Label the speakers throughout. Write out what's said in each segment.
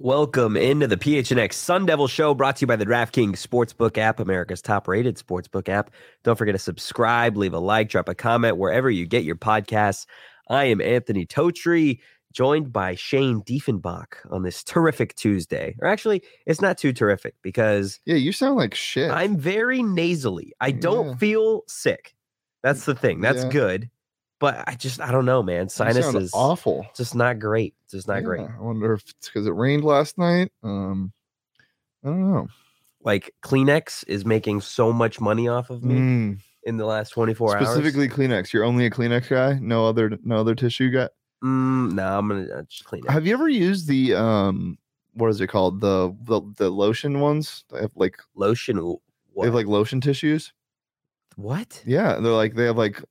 Speaker 1: Welcome into the PHNX Sun Devil Show, brought to you by the DraftKings Sportsbook app, America's top-rated sportsbook app. Don't forget to subscribe, leave a like, drop a comment wherever you get your podcasts. I am Anthony Totri, joined by Shane Diefenbach on this terrific Tuesday. Or actually, it's not too terrific because
Speaker 2: Yeah, you sound like shit.
Speaker 1: I'm very nasally. I don't
Speaker 2: Yeah.
Speaker 1: feel sick. That's the thing. That's
Speaker 2: Yeah.
Speaker 1: good, but I just I don't know, man.
Speaker 2: You sound
Speaker 1: Sinuses
Speaker 2: awful.
Speaker 1: just not great. Just not great.
Speaker 2: Yeah, I wonder if it's because it rained last night. Um, I don't know.
Speaker 1: Like Kleenex is making so much money off of me.
Speaker 2: Mm.
Speaker 1: in the last 24 hours.
Speaker 2: Specifically, Kleenex. You're only a Kleenex guy. No other, no other tissue guy.
Speaker 1: Mm, no, I'm gonna uh, just clean it.
Speaker 2: Have you ever used the um, what is it called? The the, the lotion ones. They have like
Speaker 1: Lotion. w- What?
Speaker 2: they have like lotion tissues.
Speaker 1: what?
Speaker 2: Yeah, they're like they have like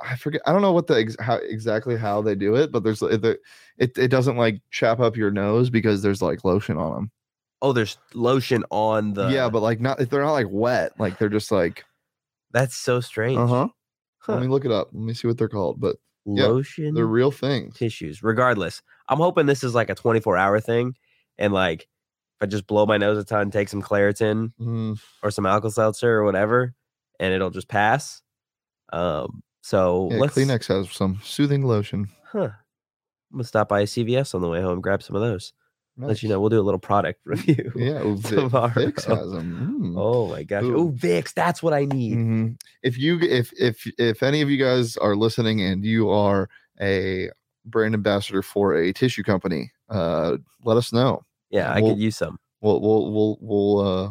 Speaker 2: I forget. I don't know what the ex- how exactly how they do it, but there's it the- it, it doesn't like chap up your nose because there's like lotion on them.
Speaker 1: Oh, there's lotion on the.
Speaker 2: yeah, but like not they're not like wet. Like they're just like
Speaker 1: that's so strange.
Speaker 2: uh huh.
Speaker 1: Huh.
Speaker 2: Let me look it up. Let me see what they're called. But yeah,
Speaker 1: Lotion
Speaker 2: they're real things.
Speaker 1: tissues. Regardless, I'm hoping this is like a 24 hour thing, and like if I just blow my nose a ton, take some Claritin
Speaker 2: Mm,
Speaker 1: or some Alka Seltzer or whatever, and it'll just pass. Um. So
Speaker 2: yeah,
Speaker 1: let's.
Speaker 2: Kleenex has some soothing lotion.
Speaker 1: Huh. I'm gonna stop by a CVS on the way home, grab some of those. Let you
Speaker 2: Nice.
Speaker 1: know. We'll do a little product review.
Speaker 2: Yeah, well, Vi-
Speaker 1: tomorrow.
Speaker 2: Vicks has them.
Speaker 1: Oh my gosh.
Speaker 2: Ooh. Mm.
Speaker 1: Oh, Vix, that's what I need.
Speaker 2: Mm-hmm. If you if if if any of you guys are listening and you are a brand ambassador for a tissue company, uh, let us know.
Speaker 1: Yeah, I
Speaker 2: Well-
Speaker 1: could use some.
Speaker 2: We'll we'll we'll we'll uh,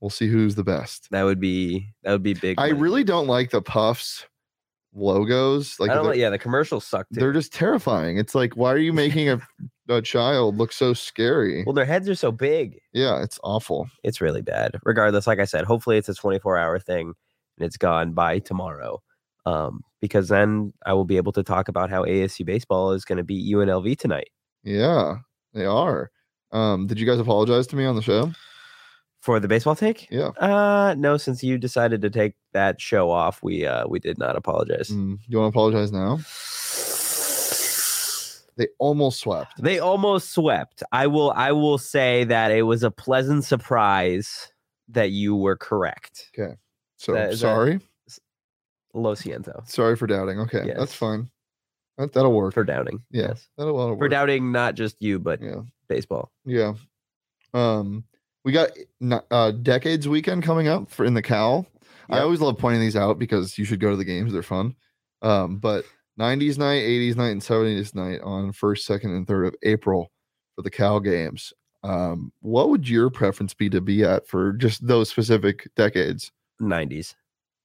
Speaker 2: we'll see who's the best.
Speaker 1: That would be that would be big.
Speaker 2: I
Speaker 1: money.
Speaker 2: really don't like the puffs logos. Like
Speaker 1: I don't
Speaker 2: they're-
Speaker 1: like, yeah, the commercials suck too.
Speaker 2: they're just terrifying. It's like, why are you making a, a child look so scary?
Speaker 1: well, their heads are so big.
Speaker 2: yeah, it's awful.
Speaker 1: It's really bad. Regardless, like I said, hopefully it's a 24 hour thing and it's gone by tomorrow. Um, because then I will be able to talk about how ASU baseball is going to beat UNLV tonight.
Speaker 2: Yeah, they are. Um, did you guys apologize to me on the show?
Speaker 1: For the baseball take?
Speaker 2: Yeah.
Speaker 1: Uh no, since you decided to take that show off, we uh we did not apologize.
Speaker 2: Mm, you want to apologize now? They almost swept.
Speaker 1: They almost swept. I will I will say that it was a pleasant surprise that you were correct.
Speaker 2: So
Speaker 1: That- that-
Speaker 2: sorry,
Speaker 1: Lo siento.
Speaker 2: sorry for doubting. Okay,
Speaker 1: Yes.
Speaker 2: that's fine. That, that'll work.
Speaker 1: For doubting.
Speaker 2: Yeah,
Speaker 1: Yes.
Speaker 2: that'll, that'll work.
Speaker 1: For doubting not just you, but
Speaker 2: Yeah,
Speaker 1: baseball.
Speaker 2: yeah. Um, we got n- uh, decades weekend coming up for in the cowl. I
Speaker 1: Yep.
Speaker 2: always love pointing these out because you should go to the games; they're fun. Um, but 90s night, 80s night, and 70s night on first, second, and third of April for the cow games. Um, what would your preference be to be at for just those specific decades?
Speaker 1: Nineties.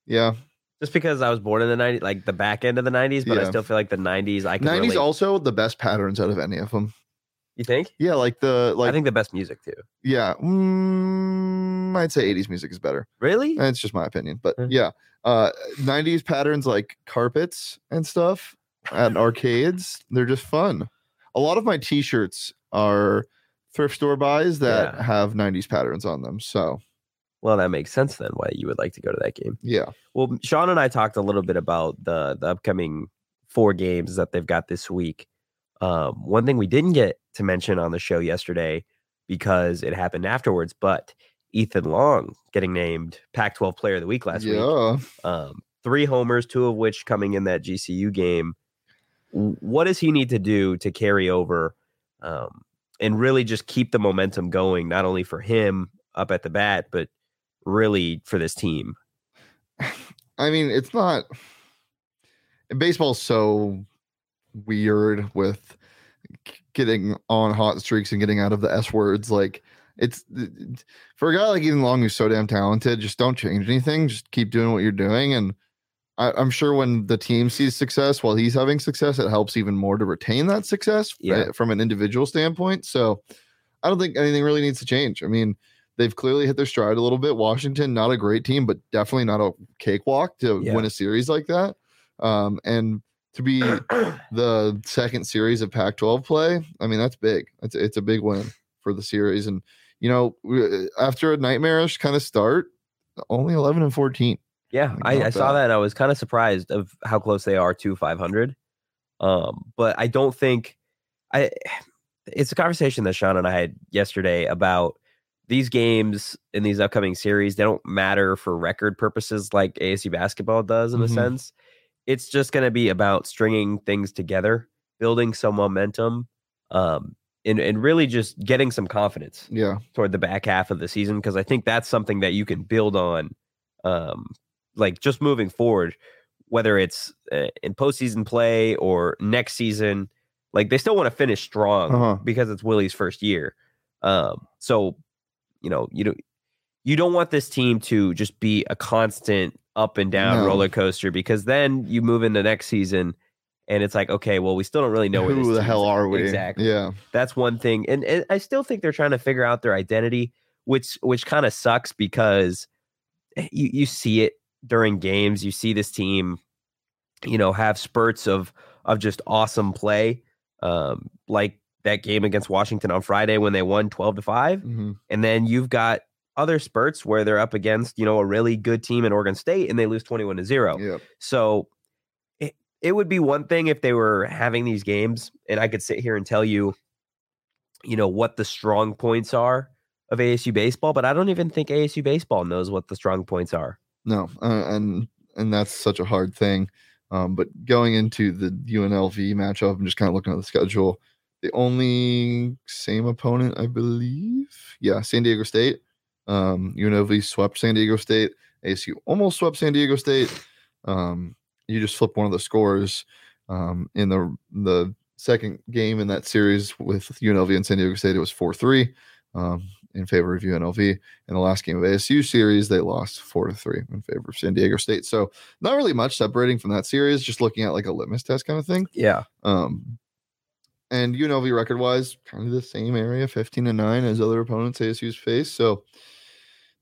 Speaker 2: Yeah,
Speaker 1: Just because I was born in the nineties, like the back end of the nineties, but I
Speaker 2: Yeah.
Speaker 1: still feel like the nineties I can
Speaker 2: 90s
Speaker 1: 90s all-
Speaker 2: also the best patterns out of any of them.
Speaker 1: you think?
Speaker 2: Yeah, like the like
Speaker 1: I think the best music too.
Speaker 2: yeah, mm, I'd say 80s music is better.
Speaker 1: Really?
Speaker 2: That's Eh, just my opinion, but
Speaker 1: Mm.
Speaker 2: yeah, uh, 90s patterns like carpets and stuff at arcades, they're just fun. A lot of my T-shirts are thrift store buys that
Speaker 1: Yeah.
Speaker 2: have 90s patterns on them. So
Speaker 1: Well, that makes sense then why you would like to go to that game.
Speaker 2: yeah,
Speaker 1: Well, Sean and I talked a little bit about the the upcoming four games that they've got this week. Um, one thing we didn't get to mention on the show yesterday because it happened afterwards. But Ethan Long getting named Pac-12 Player of the Week last week.
Speaker 2: yeah.
Speaker 1: Um, three homers, two of which coming in that GCU game. W- What does he need to do to carry over um, and really just keep the momentum going, not only for him up at the bat, but really for this team?
Speaker 2: I mean, it's not. and Baseball's so weird with g- getting on hot streaks and getting out of the S words. Like, it's for a guy like Ethan Long, who's so damn talented, just don't change anything. Just keep doing what you're doing. And I, I'm sure when the team sees success while he's having success, it helps even more to retain that success fr-
Speaker 1: Yeah.
Speaker 2: from an individual standpoint. So I don't think anything really needs to change. I mean, they've clearly hit their stride a little bit. Washington, not a great team, but definitely not a cakewalk to
Speaker 1: Yeah.
Speaker 2: win a series like that. Um, and to be the second series of Pac-12 play, I mean that's big. It's it's a big win for the series. And you know, we- uh, after a nightmarish kind of start, only eleven and fourteen.
Speaker 1: Yeah,
Speaker 2: Like,
Speaker 1: I,
Speaker 2: not
Speaker 1: I saw
Speaker 2: bad.
Speaker 1: that. and I was kind of surprised of how close they are to 500. Um, but I don't think I. It's a conversation that Sean and I had yesterday about these games in these upcoming series. They don't matter for record purposes like ASU basketball does in a
Speaker 2: Mhm.
Speaker 1: sense. It's just going to be about stringing things together, building some momentum, um, and and really just getting some confidence
Speaker 2: Yeah,
Speaker 1: toward the back half of the season because I think that's something that you can build on, um, like just moving forward, whether it's uh, in postseason play or next season. Like they still want to finish strong
Speaker 2: Uh-huh.
Speaker 1: because it's Willie's first year. Um, so you know you don't you don't want this team to just be a constant up and down
Speaker 2: No.
Speaker 1: roller coaster because then you move into next season and it's like okay well we still don't really know where this
Speaker 2: who the
Speaker 1: team's
Speaker 2: hell
Speaker 1: at.
Speaker 2: are we?
Speaker 1: exactly
Speaker 2: Yeah,
Speaker 1: that's one thing and, and i still think they're trying to figure out their identity which which kind of sucks because eh, you, you see it during games you see this team you know have spurts of of just awesome play um like that game against washington on friday when they won 12 to 5
Speaker 2: Mhm.
Speaker 1: and then you've got other spurts where they're up against you know a really good team in oregon state and they lose 21 to 0
Speaker 2: yeah.
Speaker 1: so it, it would be one thing if they were having these games and I could sit here and tell you, you know, what the strong points are of ASU baseball, but I don't even think ASU baseball knows what the strong points are.
Speaker 2: No, uh, and and that's such a hard thing. Um, but going into the UNLV matchup, I'm just kind of looking at the schedule. The only same opponent, I believe, yeah, San Diego State. Um, UNLV swept San Diego State. ASU almost swept San Diego State. Um, you just flip one of the scores um, in the the second game in that series with UNLV and San Diego State. It was four three um, in favor of UNLV in the last game of ASU series, they lost four to three in favor of San Diego State. So not really much separating from that series, just looking at like a litmus test kind of thing.
Speaker 1: Yeah.
Speaker 2: Um, and UNLV record wise, kind of the same area, 15 and 9 as other opponents ASU's face. So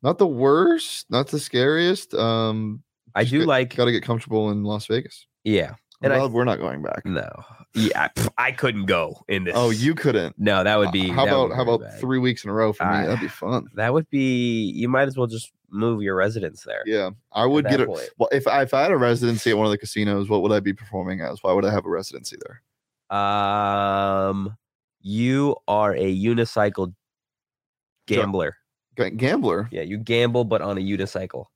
Speaker 2: not the worst, not the scariest. Um,
Speaker 1: I
Speaker 2: Just
Speaker 1: do like,
Speaker 2: got to get comfortable in Las Vegas.
Speaker 1: yeah.
Speaker 2: I'm
Speaker 1: And I-
Speaker 2: glad we're not going back.
Speaker 1: No. Yeah. pff, I couldn't go in this.
Speaker 2: Oh, you couldn't.
Speaker 1: No, that would be.
Speaker 2: how
Speaker 1: that would
Speaker 2: about
Speaker 1: be
Speaker 2: how
Speaker 1: very
Speaker 2: about
Speaker 1: bad. Ah.
Speaker 2: three weeks in a row for me?
Speaker 1: I-
Speaker 2: That'd be fun.
Speaker 1: That would be. You might as well just move your residence there.
Speaker 2: Yeah, I
Speaker 1: at
Speaker 2: would
Speaker 1: that
Speaker 2: get a,
Speaker 1: point.
Speaker 2: Well, if I, if I had a residency at one of the casinos, what would I be performing as? Why would I have a residency there?
Speaker 1: Um, you are a unicycle
Speaker 2: Yeah.
Speaker 1: gambler.
Speaker 2: G- Gambler,
Speaker 1: Yeah, you gamble, but on a unicycle.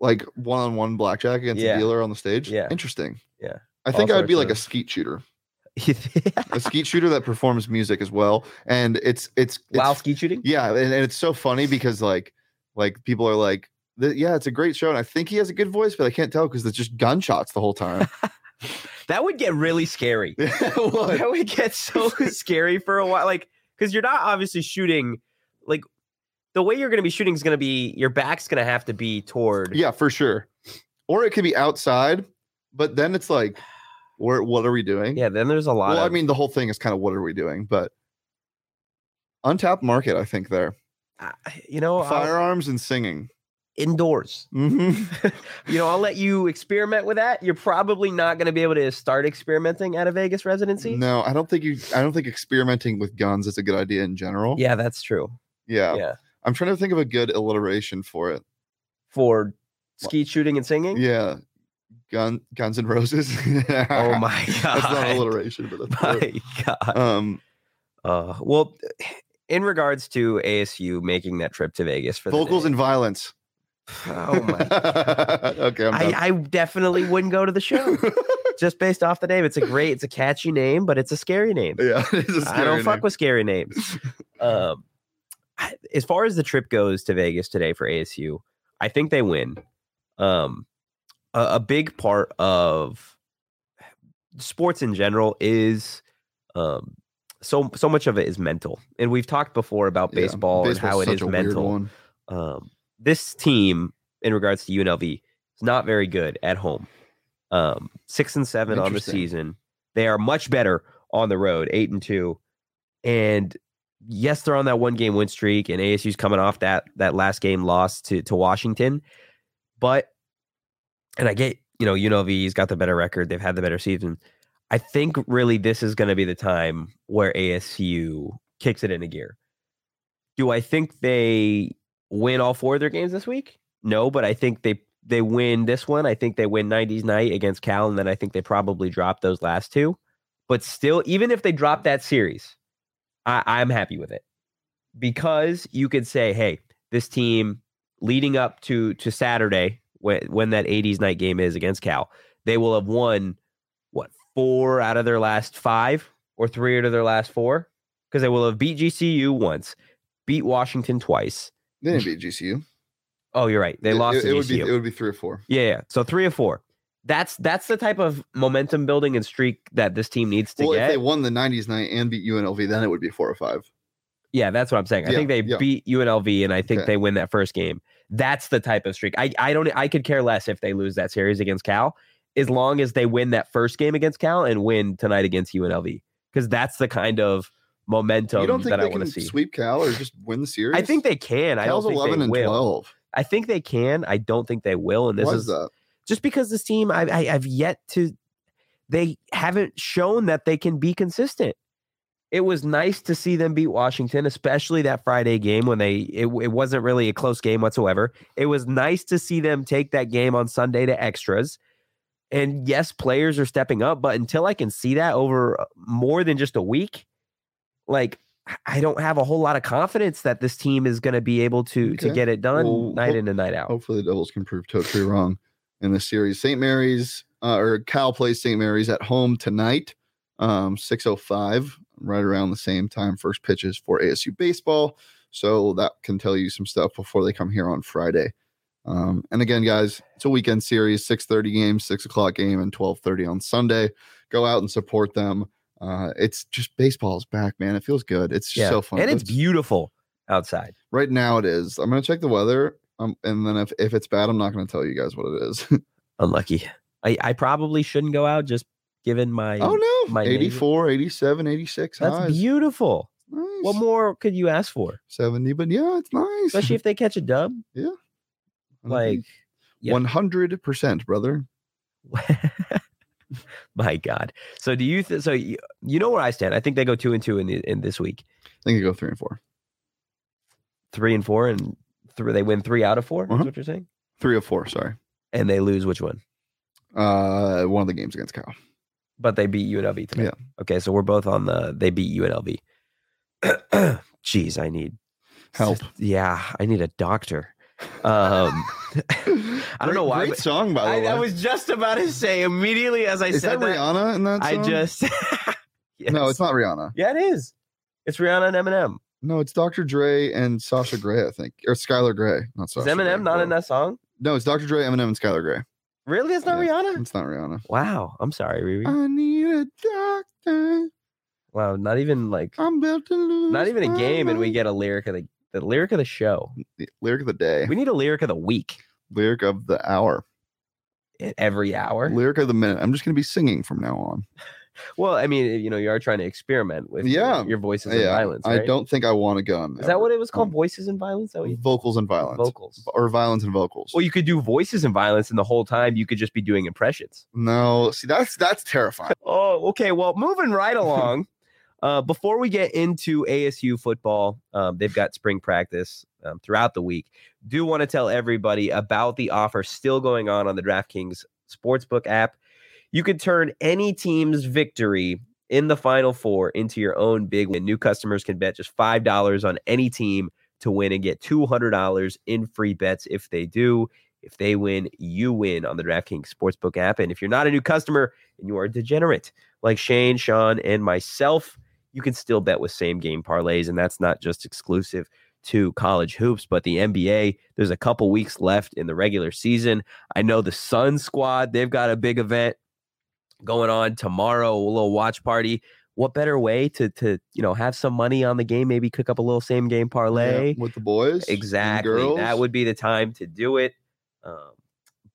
Speaker 2: like one on one blackjack against
Speaker 1: Yeah.
Speaker 2: a dealer on the stage.
Speaker 1: Yeah.
Speaker 2: interesting.
Speaker 1: Yeah.
Speaker 2: I think
Speaker 1: All
Speaker 2: I'd be
Speaker 1: sorts
Speaker 2: like a
Speaker 1: of-
Speaker 2: skeet shooter, a skeet shooter that performs music as well. And it's it's, it's
Speaker 1: While skeet shooting?
Speaker 2: yeah, and, and it's so funny because like like people are like, "Th- yeah, it's a great show, and I think he has a good voice, but I can't tell because it's just gunshots the whole time.
Speaker 1: That would get really scary.
Speaker 2: What?
Speaker 1: That would get so scary for a while. Like, because you're not obviously shooting, like, the way you're going to be shooting is going to be your back's going to have to be toward.
Speaker 2: Yeah, for sure. Or it could be outside, but then it's like, where what are we doing?
Speaker 1: Yeah, then there's a lot
Speaker 2: Well,
Speaker 1: of.
Speaker 2: I mean, the whole thing is kind of what are we doing? But untapped market, I think there
Speaker 1: I- you know, I'll-
Speaker 2: firearms and singing.
Speaker 1: indoors.
Speaker 2: hmm
Speaker 1: You know, I'll let you experiment with that. You're probably not going to be able to start experimenting at a Vegas residency.
Speaker 2: No, I don't think you. I don't think experimenting with guns is a good idea in general.
Speaker 1: Yeah, that's true.
Speaker 2: yeah.
Speaker 1: yeah.
Speaker 2: I'm trying to think of a good alliteration for it.
Speaker 1: For skeet shooting and singing?
Speaker 2: Yeah, gun Guns and Roses.
Speaker 1: Oh my god.
Speaker 2: that's not alliteration, but that's
Speaker 1: My god.
Speaker 2: um
Speaker 1: Uh, well, in regards to ASU making that trip to Vegas for
Speaker 2: Vocals
Speaker 1: the
Speaker 2: and
Speaker 1: and
Speaker 2: violence.
Speaker 1: oh my,
Speaker 2: okay, I'm done.
Speaker 1: I, I definitely wouldn't go to the show just based off the name. It's a great, it's a catchy name, but it's a scary name.
Speaker 2: yeah, it is a
Speaker 1: I
Speaker 2: scary
Speaker 1: don't
Speaker 2: name.
Speaker 1: fuck with scary names. um, I- as far as the trip goes to Vegas today for ASU, I think they win. Um, a, a big part of sports in general is um, so so much of it is mental, and we've talked before about
Speaker 2: Yeah,
Speaker 1: baseball and
Speaker 2: baseball's
Speaker 1: how it
Speaker 2: such
Speaker 1: is
Speaker 2: a weird
Speaker 1: mental.
Speaker 2: one.
Speaker 1: Um, this team, in regards to UNLV, is not very good at home. Um, six and seven on the
Speaker 2: Interesting.
Speaker 1: season. They are much better on the road, eight and two. And yes, they're on that one game win streak, and ASU's coming off that that last game loss to to Washington. But and I get, you know, UNLV's got the better record, they've had the better season. I think really this is gonna be the time where ASU kicks it into gear. Do I think they win all four of their games this week? No, but I think they they win this one. I think they win 90s night against Cal, and then I think they probably drop those last two. But still, even if they drop that series, I, I'm happy with it because you could say, hey, this team leading up to to Saturday when when that 80s night game is against Cal, they will have won what four out of their last five or three out of their last four because they will have beat GCU once, beat Washington twice.
Speaker 2: They didn't beat GCU.
Speaker 1: Oh, you're right. They
Speaker 2: It-
Speaker 1: lost
Speaker 2: It,
Speaker 1: to
Speaker 2: it
Speaker 1: GCU.
Speaker 2: would be it would be three or four.
Speaker 1: Yeah, yeah. So three or four. That's that's the type of momentum building and streak that this team needs to
Speaker 2: Well, if
Speaker 1: get.
Speaker 2: they won the '90s night and beat UNLV, then it would be four or five.
Speaker 1: yeah, that's what I'm saying. I
Speaker 2: Yeah,
Speaker 1: think they
Speaker 2: yeah.
Speaker 1: beat UNLV and I think
Speaker 2: Okay.
Speaker 1: they win that first game. That's the type of streak. I I don't I could care less if they lose that series against Cal as long as they win that first game against Cal and win tonight against UNLV cuz that's the kind of momentum
Speaker 2: you don't think
Speaker 1: that I
Speaker 2: they
Speaker 1: want
Speaker 2: can
Speaker 1: to see.
Speaker 2: sweep Cal or just win the series?
Speaker 1: I think they can. I don't
Speaker 2: Cal's
Speaker 1: think
Speaker 2: 11
Speaker 1: they
Speaker 2: and
Speaker 1: will.
Speaker 2: 12.
Speaker 1: I think they can. I don't think they will and this
Speaker 2: Why
Speaker 1: is
Speaker 2: is that?
Speaker 1: just because this team I, I I've yet to they haven't shown that they can be consistent. It was nice to see them beat Washington, especially that Friday game when they it, it wasn't really a close game whatsoever. It was nice to see them take that game on Sunday to extras. And yes, players are stepping up, but until I can see that over uh, more than just a week, like I- I don't have a whole lot of confidence that this team is going to be able to to
Speaker 2: Okay.
Speaker 1: get it done
Speaker 2: Well,
Speaker 1: night
Speaker 2: hope-
Speaker 1: in and night out.
Speaker 2: Hopefully, the Devils can prove Totri wrong in the series. St. Mary's uh, or Cal plays St. Mary's at home tonight, um, 6:05, right around the same time. First pitches for ASU baseball, so that can tell you some stuff before they come here on Friday. Um, and again, guys, it's a weekend series: 6:30 game, 6 o'clock game, and 12:30 on Sunday. Go out and support them. Uh, it's just baseball's back, man. It feels good. It's just so fun.
Speaker 1: And it's
Speaker 2: That's-
Speaker 1: beautiful outside.
Speaker 2: right now it is. I'm gonna check the weather. Um, and then if, if it's bad, I'm not gonna tell you guys what it is.
Speaker 1: Unlucky. I, I probably shouldn't go out just given my.
Speaker 2: oh no,
Speaker 1: my neighbor-
Speaker 2: 84, 87, 86
Speaker 1: that's
Speaker 2: highs.
Speaker 1: beautiful.
Speaker 2: Nice.
Speaker 1: What more could you ask for?
Speaker 2: 70, but yeah, it's nice.
Speaker 1: Especially if they catch a dub. Like, yeah.
Speaker 2: one hundred percent, brother.
Speaker 1: my God. So do you? Th- so you, you know where I stand. I think they go two and two in the, in this week,
Speaker 2: I think you go three and four,
Speaker 1: three and four, and three. They win three out of 4 Is
Speaker 2: Uh-huh.
Speaker 1: what you're saying?
Speaker 2: three or four. Sorry,
Speaker 1: And they lose which one?
Speaker 2: uh, one of the games against Cal.
Speaker 1: But they beat UNLV today.
Speaker 2: Yeah.
Speaker 1: Okay, so we're both on the they beat UNLV. Jeez, I need
Speaker 2: Help.
Speaker 1: Yeah, I need a doctor. Um, I don't know why,
Speaker 2: Great
Speaker 1: but-
Speaker 2: song by the
Speaker 1: I,
Speaker 2: way.
Speaker 1: I was just about to say immediately as I
Speaker 2: is that
Speaker 1: said that,
Speaker 2: Rihanna in that?
Speaker 1: I
Speaker 2: song?
Speaker 1: just
Speaker 2: no,
Speaker 1: Yes.
Speaker 2: it's not Rihanna.
Speaker 1: yeah, it is. It's Rihanna and Eminem.
Speaker 2: No, it's Dr. Dre and Sasha Grey, I think, or Skylar Grey, not
Speaker 1: Is
Speaker 2: Sasha.
Speaker 1: Eminem
Speaker 2: Grey,
Speaker 1: not
Speaker 2: whoa.
Speaker 1: in that song?
Speaker 2: No, it's Dr. Dre, Eminem, and Skylar Grey.
Speaker 1: Really, it's not
Speaker 2: Yeah. Uh-huh.
Speaker 1: Rihanna.
Speaker 2: It's not Rihanna.
Speaker 1: Wow, I'm sorry, Riri.
Speaker 2: I need a doctor.
Speaker 1: Wow, not even like
Speaker 2: I'm about to lose.
Speaker 1: not even a
Speaker 2: my
Speaker 1: game, and we
Speaker 2: mind.
Speaker 1: get a lyric of the the lyric of the show.
Speaker 2: The lyric of the day,
Speaker 1: We need a lyric of the week
Speaker 2: lyric of the hour,
Speaker 1: at every hour.
Speaker 2: lyric of the minute. I'm just gonna be singing from now on.
Speaker 1: Well, I mean, you know, you are trying to experiment with your-
Speaker 2: Yeah.
Speaker 1: your, voices and
Speaker 2: Yeah,
Speaker 1: violence.
Speaker 2: I
Speaker 1: right?
Speaker 2: don't think I want a gun.
Speaker 1: Is that what it was called?
Speaker 2: Um,
Speaker 1: voices and violence? Is That what you-
Speaker 2: Vocals and violence,
Speaker 1: Vocals.
Speaker 2: or violence and vocals.
Speaker 1: Well, you could do voices and violence, and the whole time you could just be doing impressions.
Speaker 2: no, see, that's that's terrifying.
Speaker 1: Oh, okay. Well, moving right along. uh, before we get into ASU football, um, they've got spring practice um, throughout the week. Do want to tell everybody about the offer still going on on the DraftKings Sportsbook app. You could turn any team's victory in the Final Four into your own big win. New customers can bet just $5 on any team to win and get $200 in free bets if they do. If they win, you win on the DraftKings Sportsbook app. And if you're not a new customer and you are a degenerate like Shane, Sean, and myself, you can still bet with same game parlays. And that's not just exclusive to college hoops, but the NBA, there's a couple weeks left in the regular season. I know the Sun squad, they've got a big event going on tomorrow, a little watch party. What better way to to you know have some money on the game, maybe cook up a little same game parlay?
Speaker 2: Yeah, with the boys, and
Speaker 1: Exactly.
Speaker 2: girls.
Speaker 1: That would be the time to do it. Um,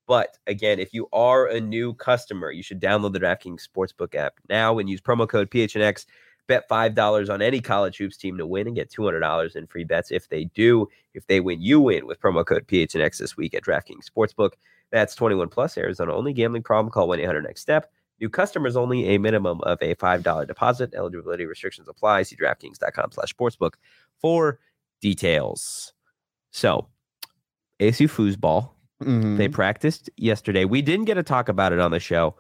Speaker 1: but again, if you are a new customer, you should download the DraftKings Sportsbook app now and use promo code PHNX. Bet $5 on any college hoops team to win and get $200 in free bets if they do. If they win, you win with promo code PHNX this week at DraftKings Sportsbook. That's 21 plus Arizona only gambling problem. Call 1 800 next step. New customers only, a minimum of a $5 deposit. Eligibility restrictions apply. See DraftKings.com slash sportsbook for details. So, ASU foosball,
Speaker 2: Mhm.
Speaker 1: they practiced yesterday. We didn't get to talk about it on the show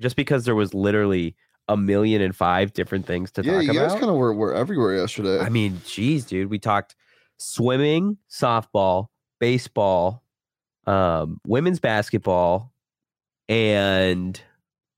Speaker 1: just because there was literally a million and five different things to
Speaker 2: yeah,
Speaker 1: talk
Speaker 2: you
Speaker 1: about.
Speaker 2: guys kind of were, were everywhere yesterday.
Speaker 1: I mean, geez, dude, we talked swimming, softball, baseball, um, women's basketball, and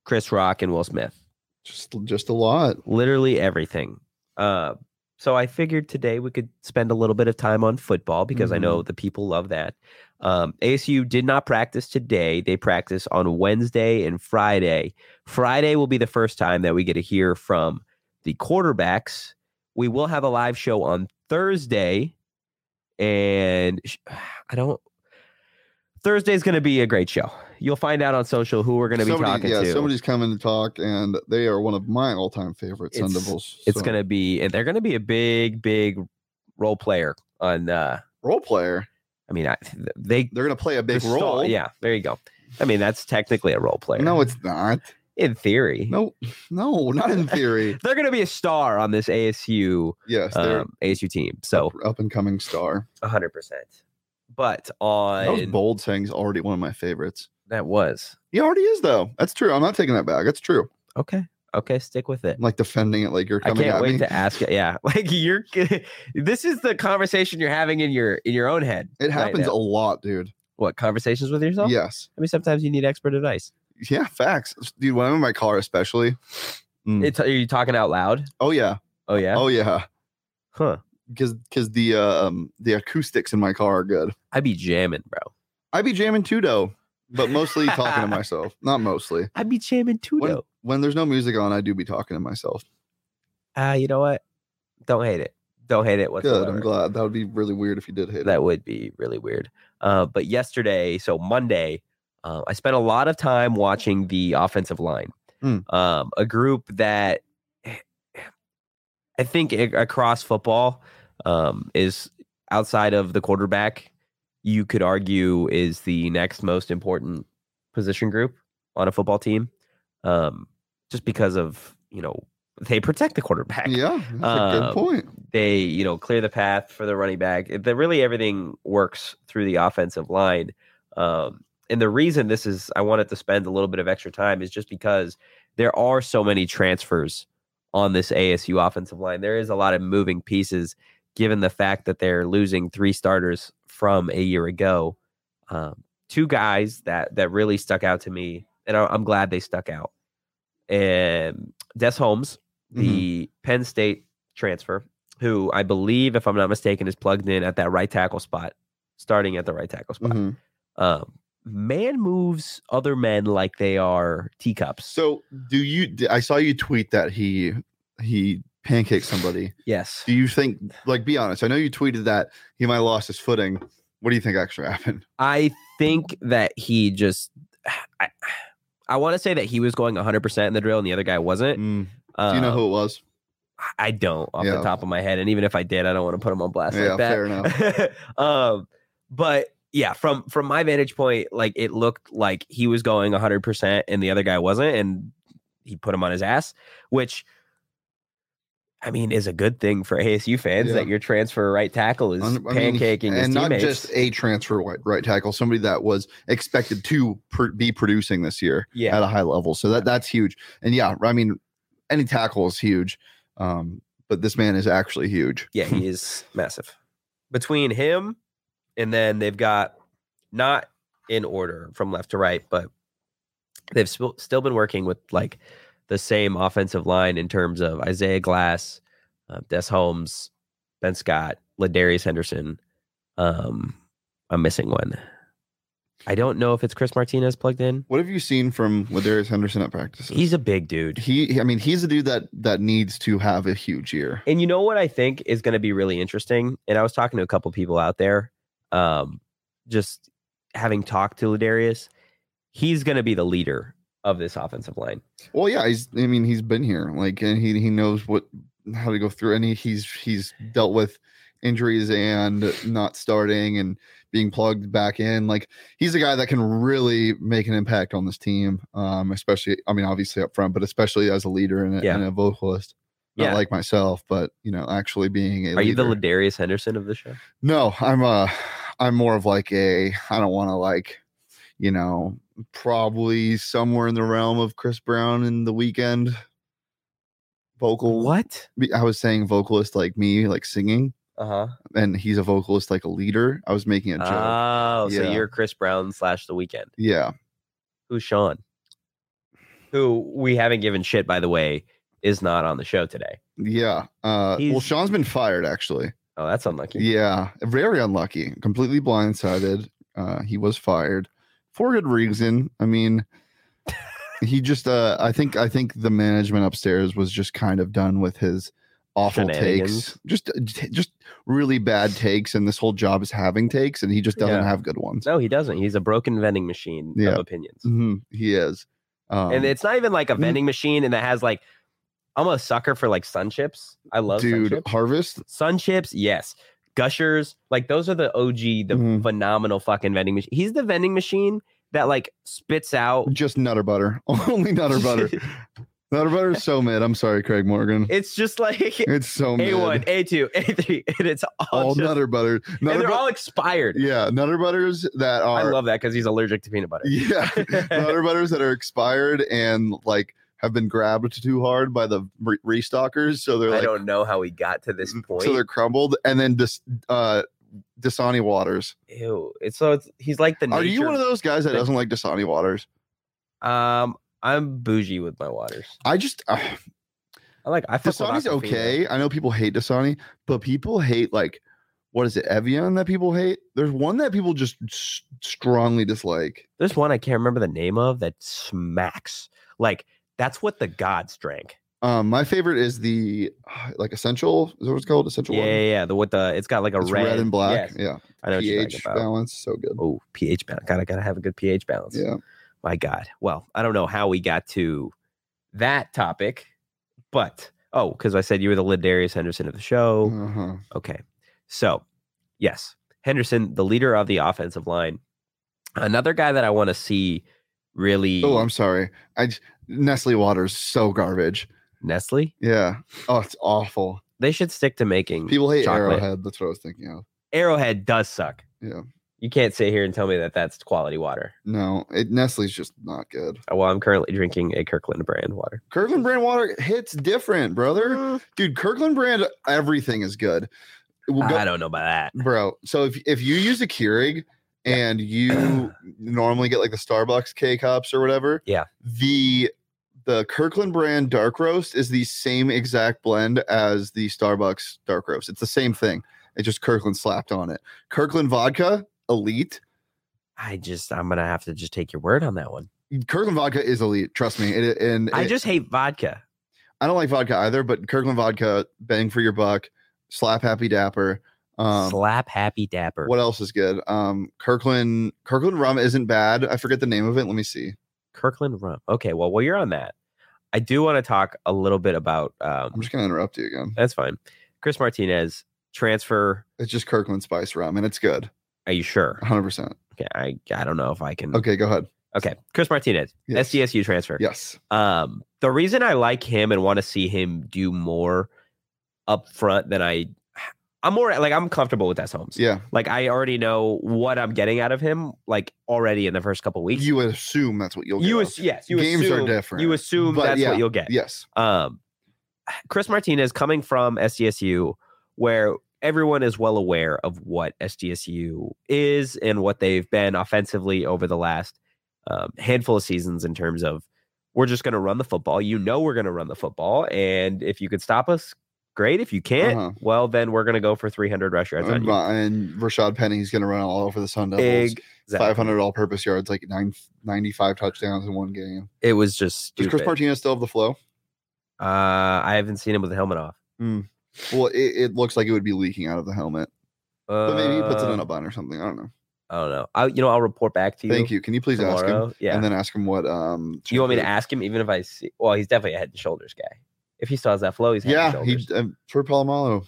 Speaker 1: Chris Rock and Will Smith.
Speaker 2: just just a lot.
Speaker 1: Literally everything. Uh, so I figured today we could spend a little bit of time on football because I
Speaker 2: Mm-hmm.
Speaker 1: know the people love that. Um, ASU did not practice today. They practice on Wednesday and Friday. Friday will be the first time that we get to hear from the quarterbacks. We will have a live show on Thursday. And sh- I don't. Thursday's going to be a great show. You'll find out on social who we're going to be
Speaker 2: Somebody-
Speaker 1: talking
Speaker 2: yeah,
Speaker 1: to.
Speaker 2: somebody's coming to talk, and they are one of my all-time favorite
Speaker 1: It's-
Speaker 2: Sundevils.
Speaker 1: it's
Speaker 2: so-
Speaker 1: going to be, and they're going to be a big, big role player on. uh
Speaker 2: role player.
Speaker 1: I mean, I, they
Speaker 2: They're gonna play a big
Speaker 1: the
Speaker 2: role.
Speaker 1: star- yeah, there you go. I mean, that's technically a role player.
Speaker 2: No, it's not.
Speaker 1: in theory,
Speaker 2: No, no, not in theory.
Speaker 1: they're going to be a star on this ASU
Speaker 2: yes, they're
Speaker 1: um, ASU team. So,
Speaker 2: up and coming star.
Speaker 1: hundred percent. But on
Speaker 2: That was bold saying is already one of my favorites.
Speaker 1: that was
Speaker 2: He already is though. That's true. I'm not taking that back. That's true.
Speaker 1: okay. Okay, stick with it.
Speaker 2: I'm like defending it like you're
Speaker 1: I
Speaker 2: coming
Speaker 1: can't
Speaker 2: at
Speaker 1: wait
Speaker 2: me.
Speaker 1: to ask it. Yeah, like you're. this is the conversation you're having in your in your own head.
Speaker 2: it
Speaker 1: right
Speaker 2: happens
Speaker 1: now.
Speaker 2: a lot, dude.
Speaker 1: what conversations with yourself?
Speaker 2: Yes.
Speaker 1: I mean, sometimes you need expert advice.
Speaker 2: Yeah, facts. Dude, when I'm in my car, especially. Mm.
Speaker 1: It's, are you talking out loud?
Speaker 2: oh yeah.
Speaker 1: Oh yeah.
Speaker 2: Oh yeah.
Speaker 1: Huh.
Speaker 2: Cause cause the uh, um the acoustics in my car are good.
Speaker 1: I'd be jamming, bro.
Speaker 2: I be jamming too though, but mostly talking to myself. Not mostly.
Speaker 1: I'd be jamming too,
Speaker 2: When,
Speaker 1: though.
Speaker 2: when there's no music on, I do be talking to myself.
Speaker 1: Ah, you know what? Don't hate it. Don't hate it whatsoever.
Speaker 2: Good. I'm glad. That would be really weird if you did hate it.
Speaker 1: That would be really weird. Uh, but yesterday, so Monday, uh, I spent a lot of time watching the offensive line,
Speaker 2: Mm.
Speaker 1: um, a group that eh, I think a- across football um, is outside of the quarterback. You could argue is the next most important position group on a football team, um, just because of you know they protect the quarterback
Speaker 2: Yeah, that's a
Speaker 1: Um,
Speaker 2: good point.
Speaker 1: they you know clear the path for the running back It- that really everything works through the offensive line um, and the reason this is i wanted to spend a little bit of extra time is just because there are so many transfers on this asu offensive line there is a lot of moving pieces given the fact that they're losing three starters from a year ago um, two guys that that really stuck out to me and I, i'm glad they stuck out and des holmes
Speaker 2: Mm-hmm.
Speaker 1: the penn state transfer who I believe, if I'm not mistaken, is plugged in at that right tackle spot, starting at the right tackle spot.
Speaker 2: Mhm.
Speaker 1: Um, man moves other men like they are teacups.
Speaker 2: So, do you? d- I saw you tweet that he he pancaked somebody.
Speaker 1: Yes.
Speaker 2: Do you think? Like, be honest. I know you tweeted that he might have lost his footing. What do you think actually happened?
Speaker 1: I think that he just, I, I want to say that he was going 100% in the drill and the other guy wasn't.
Speaker 2: Do Mm, you know
Speaker 1: Um,
Speaker 2: who it was?
Speaker 1: I don't off the
Speaker 2: Yeah.
Speaker 1: top of my head. And even if I did, I don't want to put him on blast
Speaker 2: Yeah,
Speaker 1: like that.
Speaker 2: fair
Speaker 1: um, but yeah, from from my vantage point, like it looked like he was going 100% and the other guy wasn't and he put him on his ass, which I mean is a good thing for ASU fans
Speaker 2: Yeah.
Speaker 1: that your transfer right tackle is
Speaker 2: Un- I mean,
Speaker 1: pancaking his
Speaker 2: and not
Speaker 1: teammates.
Speaker 2: just a transfer wi- right tackle, somebody that was expected to pr- be producing this year
Speaker 1: yeah.
Speaker 2: at a high level. So that that's huge. And yeah, I mean, any tackle is huge. Um, but this man is actually huge.
Speaker 1: Yeah, he is massive. Between him and then they've got not in order from left to right, but they've sp- still been working with like the same offensive line in terms of Isaiah Glass, uh, Des Holmes, Ben Scott, Ladarius Henderson. Um, I'm missing one. I don't know if it's Chris Martinez plugged in.
Speaker 2: What have you seen from Ladarius Henderson at practices?
Speaker 1: He's a big dude.
Speaker 2: he, I mean, he's a dude that that needs to have a huge year.
Speaker 1: And you know what I think is going to be really interesting? And I was talking to a couple people out there, um, just having talked to Ladarius. He's going to be the leader of this offensive line.
Speaker 2: Well, yeah, he's. I mean, he's been here, like, and he he knows what how to go through, and he, he's he's dealt with injuries and not starting and being plugged back in. Like, he's a guy that can really make an impact on this team, um, especially. I mean, obviously up front, but especially as a leader and a,
Speaker 1: Yeah.
Speaker 2: and a vocalist. Not
Speaker 1: Yeah.
Speaker 2: like myself, but you know, actually being a.
Speaker 1: Are you the
Speaker 2: leader.
Speaker 1: Ladarius Henderson of the show?
Speaker 2: No, I'm uh I'm more of like a I don't want to like, you know, probably somewhere in the realm of Chris Brown in the weekend vocal.
Speaker 1: What?
Speaker 2: I was saying vocalist like me, like singing,
Speaker 1: Uh huh.
Speaker 2: and he's a vocalist like a leader. I was making a joke.
Speaker 1: Oh, so
Speaker 2: Yeah.
Speaker 1: you're Chris Brown slash The Weekend.
Speaker 2: yeah.
Speaker 1: Who's Sean? Who we haven't given shit, by the way, is not on the show today.
Speaker 2: Yeah. Uh well
Speaker 1: He's-
Speaker 2: Sean's been fired actually.
Speaker 1: Oh, that's unlucky.
Speaker 2: Yeah, very unlucky. Completely blindsided. Uh, he was fired for good reason. I mean, he just. Uh, I think. I think the management upstairs was just kind of done with his awful takes.
Speaker 1: Shenanigans.
Speaker 2: Just, just really bad takes, and this whole job is having takes, and he just doesn't
Speaker 1: Yeah.
Speaker 2: have good ones.
Speaker 1: No, he doesn't. He's a broken vending machine
Speaker 2: Yeah.
Speaker 1: of opinions.
Speaker 2: Mhm, He is. Um,
Speaker 1: and it's not even like a
Speaker 2: mm.
Speaker 1: vending machine and that has like I'm a sucker for like sun chips. I love sun
Speaker 2: dude,
Speaker 1: chips.
Speaker 2: Harvest.
Speaker 1: Sun chips, yes. Gushers, like those are the OG, the
Speaker 2: Mhm.
Speaker 1: phenomenal fucking vending machine. He's the vending machine that like spits out
Speaker 2: Just nutter butter. Only nutter butter. nutter butter is so mid. I'm sorry, Craig Morgan.
Speaker 1: it's just like
Speaker 2: It's so mid.
Speaker 1: A1, A2, A3, and it's all,
Speaker 2: All
Speaker 1: just,
Speaker 2: nutter butter.
Speaker 1: and
Speaker 2: Nutter
Speaker 1: they're
Speaker 2: Bu-
Speaker 1: all expired.
Speaker 2: Yeah, Nutter Butters that
Speaker 1: I
Speaker 2: are
Speaker 1: love that because he's allergic to peanut butter.
Speaker 2: yeah, Nutter Butters that are expired and like have been grabbed too hard by the re- restockers, so they're
Speaker 1: I
Speaker 2: like Mm,
Speaker 1: don't know how he got to this point.
Speaker 2: so they're crumbled, and then dis uh Dasani Waters.
Speaker 1: Ew. It's so it's, he's like the.
Speaker 2: Are you
Speaker 1: nature-
Speaker 2: one of those guys that doesn't like Dasani Waters?
Speaker 1: Um, I'm bougie with my waters.
Speaker 2: I just uh,
Speaker 1: I like. I fuck with
Speaker 2: Dasani's
Speaker 1: Aquafina.
Speaker 2: okay. I know people hate Dasani, but people hate like what is it Evian that people hate? There's one that people just s- strongly dislike.
Speaker 1: There's one I can't remember the name of that smacks. Like that's what the gods drank.
Speaker 2: Um, my favorite is the uh, like essential. Is that what it's called? Essential.
Speaker 1: Yeah,
Speaker 2: one?
Speaker 1: yeah, yeah. The what the it's got like a
Speaker 2: It's red, and black.
Speaker 1: yes,
Speaker 2: Yeah.
Speaker 1: I know what you're
Speaker 2: pH
Speaker 1: talking about.
Speaker 2: balance so good.
Speaker 1: Oh, pH balance. Gotta gotta have a good pH balance.
Speaker 2: Yeah,
Speaker 1: My God. Well, I don't know how we got to that topic, but oh, because I said you were the Ladarius Henderson of the show.
Speaker 2: uh-huh.
Speaker 1: Okay. So, yes, Henderson, the leader of the offensive line. Another guy that I want to see really
Speaker 2: Oh, I'm sorry. I j- Nestle water's so garbage.
Speaker 1: Nestle.
Speaker 2: Yeah. Oh, it's awful.
Speaker 1: They should stick to making
Speaker 2: People hate
Speaker 1: chocolate.
Speaker 2: Arrowhead. That's what I was thinking of.
Speaker 1: Arrowhead does suck.
Speaker 2: Yeah.
Speaker 1: You can't sit here and tell me that that's quality water.
Speaker 2: No, it Nestle's just not good.
Speaker 1: Oh, Well, I'm currently drinking a Kirkland brand water.
Speaker 2: Kirkland brand water hits different, brother.
Speaker 1: Mm.
Speaker 2: Dude, Kirkland brand everything is good. We'll go-
Speaker 1: I don't know about that.
Speaker 2: bro. So if if you use a Keurig and you normally get like the Starbucks K cups or whatever,
Speaker 1: Yeah.
Speaker 2: the the Kirkland brand dark roast is the same exact blend as the Starbucks dark roast. It's the same thing. It just Kirkland slapped on it. Kirkland vodka, elite.
Speaker 1: I just I'm gonna have to just take your word on that one.
Speaker 2: Kirkland vodka is elite. Trust me. It, and
Speaker 1: I
Speaker 2: it-
Speaker 1: just hate vodka.
Speaker 2: I don't like vodka either, but Kirkland vodka, bang for your buck, slap happy dapper. Um,
Speaker 1: Slap happy dapper.
Speaker 2: What else is good? Um, Kirkland Kirkland rum isn't bad. I forget the name of it. Let me see.
Speaker 1: Kirkland rum. Okay, well, while you're on that, I do want to talk a little bit about um
Speaker 2: I'm just gonna interrupt you again.
Speaker 1: That's fine. Chris Martinez transfer.
Speaker 2: It's just Kirkland spice rum, and it's good.
Speaker 1: Are you sure?
Speaker 2: 100. percent
Speaker 1: Okay, I I don't know if I can. Okay,
Speaker 2: Okay, go ahead.
Speaker 1: Chris Martinez,
Speaker 2: Yes.
Speaker 1: SDSU transfer.
Speaker 2: Yes.
Speaker 1: Um, the reason I like him and want to see him do more up front than I, I'm more like I'm comfortable with S Holmes.
Speaker 2: Yeah,
Speaker 1: Like I already know what I'm getting out of him. Like already in the first couple weeks.
Speaker 2: you would assume that's what you'll get.
Speaker 1: you
Speaker 2: out
Speaker 1: ass-
Speaker 2: of it.
Speaker 1: yes. You
Speaker 2: Games
Speaker 1: assume,
Speaker 2: are different.
Speaker 1: You assume
Speaker 2: But
Speaker 1: that's
Speaker 2: yeah,
Speaker 1: what you'll get.
Speaker 2: Yes,
Speaker 1: Um, Chris Martinez coming from SDSU, where everyone is well aware of what SDSU is and what they've been offensively over the last um, handful of seasons in terms of we're just going to run the football. You know, we're going to run the football. And if you could stop us, great. If you can't,
Speaker 2: Uh-huh.
Speaker 1: well, then we're going to go for 300 rush yards on
Speaker 2: and,
Speaker 1: you.
Speaker 2: and Rashad Penny's going to run all over the Sun Devils.
Speaker 1: Exactly.
Speaker 2: 500 all-purpose yards, like nine, 95 touchdowns in one game.
Speaker 1: It was just
Speaker 2: Does
Speaker 1: stupid.
Speaker 2: Chris Martinez still have the flow?
Speaker 1: uh, I haven't seen him with the helmet off.
Speaker 2: Well, it, it looks like it would be leaking out of the helmet,
Speaker 1: Uh,
Speaker 2: but maybe he puts it in a bun or something. I don't know.
Speaker 1: I don't know. I, you know, I'll report back to Uh, you.
Speaker 2: Thank you. Can you please ask him?
Speaker 1: tomorrow. Yeah.
Speaker 2: And then ask him what. Um,
Speaker 1: Do you want me to ask him even if I see? Well, he's definitely a head and shoulders guy. If he still has that flow, he's head and
Speaker 2: Yeah, he
Speaker 1: shoulders,
Speaker 2: um, for Palomalo.